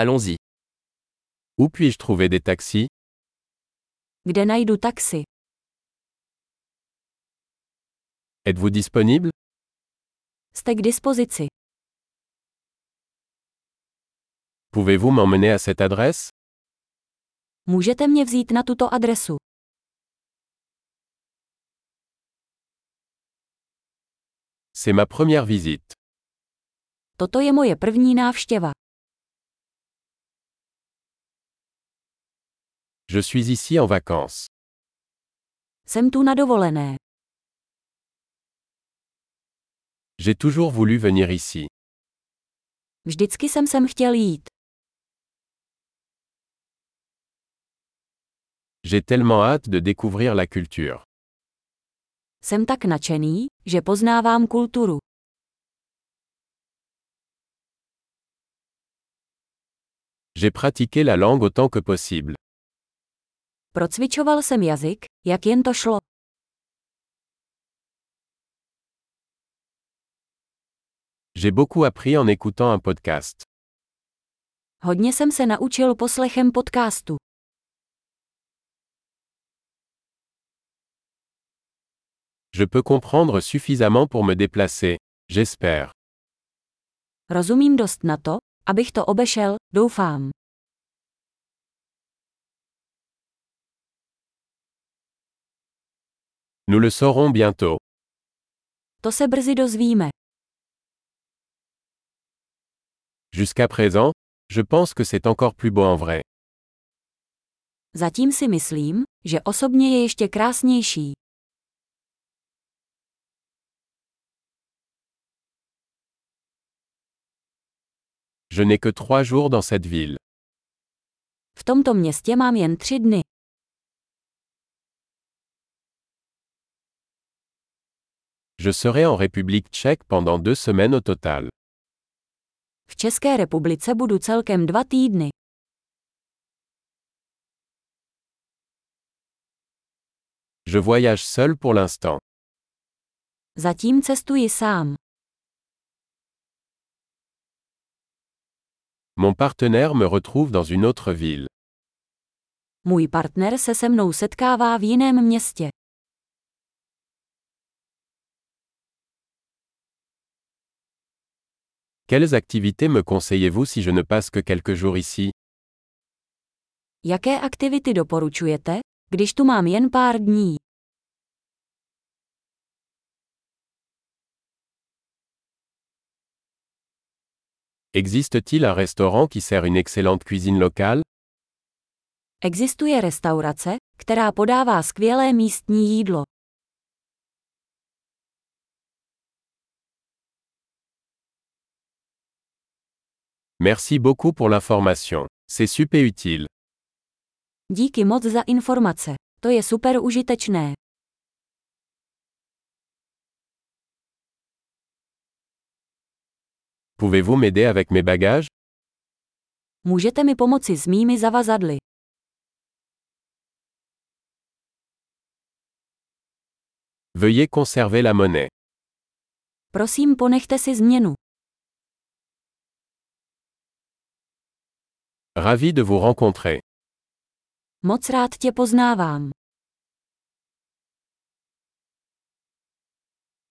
Allons-y. Où puis-je trouver des taxis Kde najdu taxi? Êtes-vous disponible Jste k dispozici. Pouvez-vous m'emmener à cette adresse Můžete mě vzít na tuto adresu. C'est ma première visite. Toto je moje první návštěva. Je suis ici en vacances. Jsem tu na dovolené. J'ai toujours voulu venir ici. Vždycky jsem sem chtěl jít. J'ai tellement hâte de découvrir la culture. Jsem tak nadšený, že poznávám kulturu. J'ai pratiqué la langue autant que possible. Procvičoval jsem jazyk, jak jen to šlo. J'ai beaucoup appris en écoutant un podcast. Hodně jsem se naučil poslechem podcastu. Je peux comprendre suffisamment pour me déplacer, j'espère. Rozumím dost na to, abych to obešel, doufám. Nous le saurons bientôt. To se brzy dozvíme. Jusqu'à présent, je pense que c'est encore plus beau en vrai. Zatím si myslím, že osobně je ještě krásnější. Je n'ai que trois jours dans cette ville. V tomto městě mám jen tři dny. Je serai en République tchèque pendant deux semaines au total. V České republice budu celkem dva týdny. Je voyage seul pour l'instant. Zatím cestuji sám. Mon partenaire me retrouve dans une autre ville. Můj partner se se mnou setkává v jiném městě. Quelles activités me conseillez-vous si je ne passe que quelques jours ici Jaké aktivity doporučujete, když tu mám jen pár dní? Existe-t-il un restaurant qui sert une excellente cuisine locale Existuje restaurace, která podává skvělé místní jídlo. Merci beaucoup pour l'information. C'est super utile. Díky moc za informace. To je super užitečné. Pouvez-vous m'aider avec mes bagages Můžete mi pomoci s mými zavazadly. Veuillez conserver la monnaie. Prosím, ponechte si změnu. Ravi de vous rencontrer. Moc rád tě poznávám.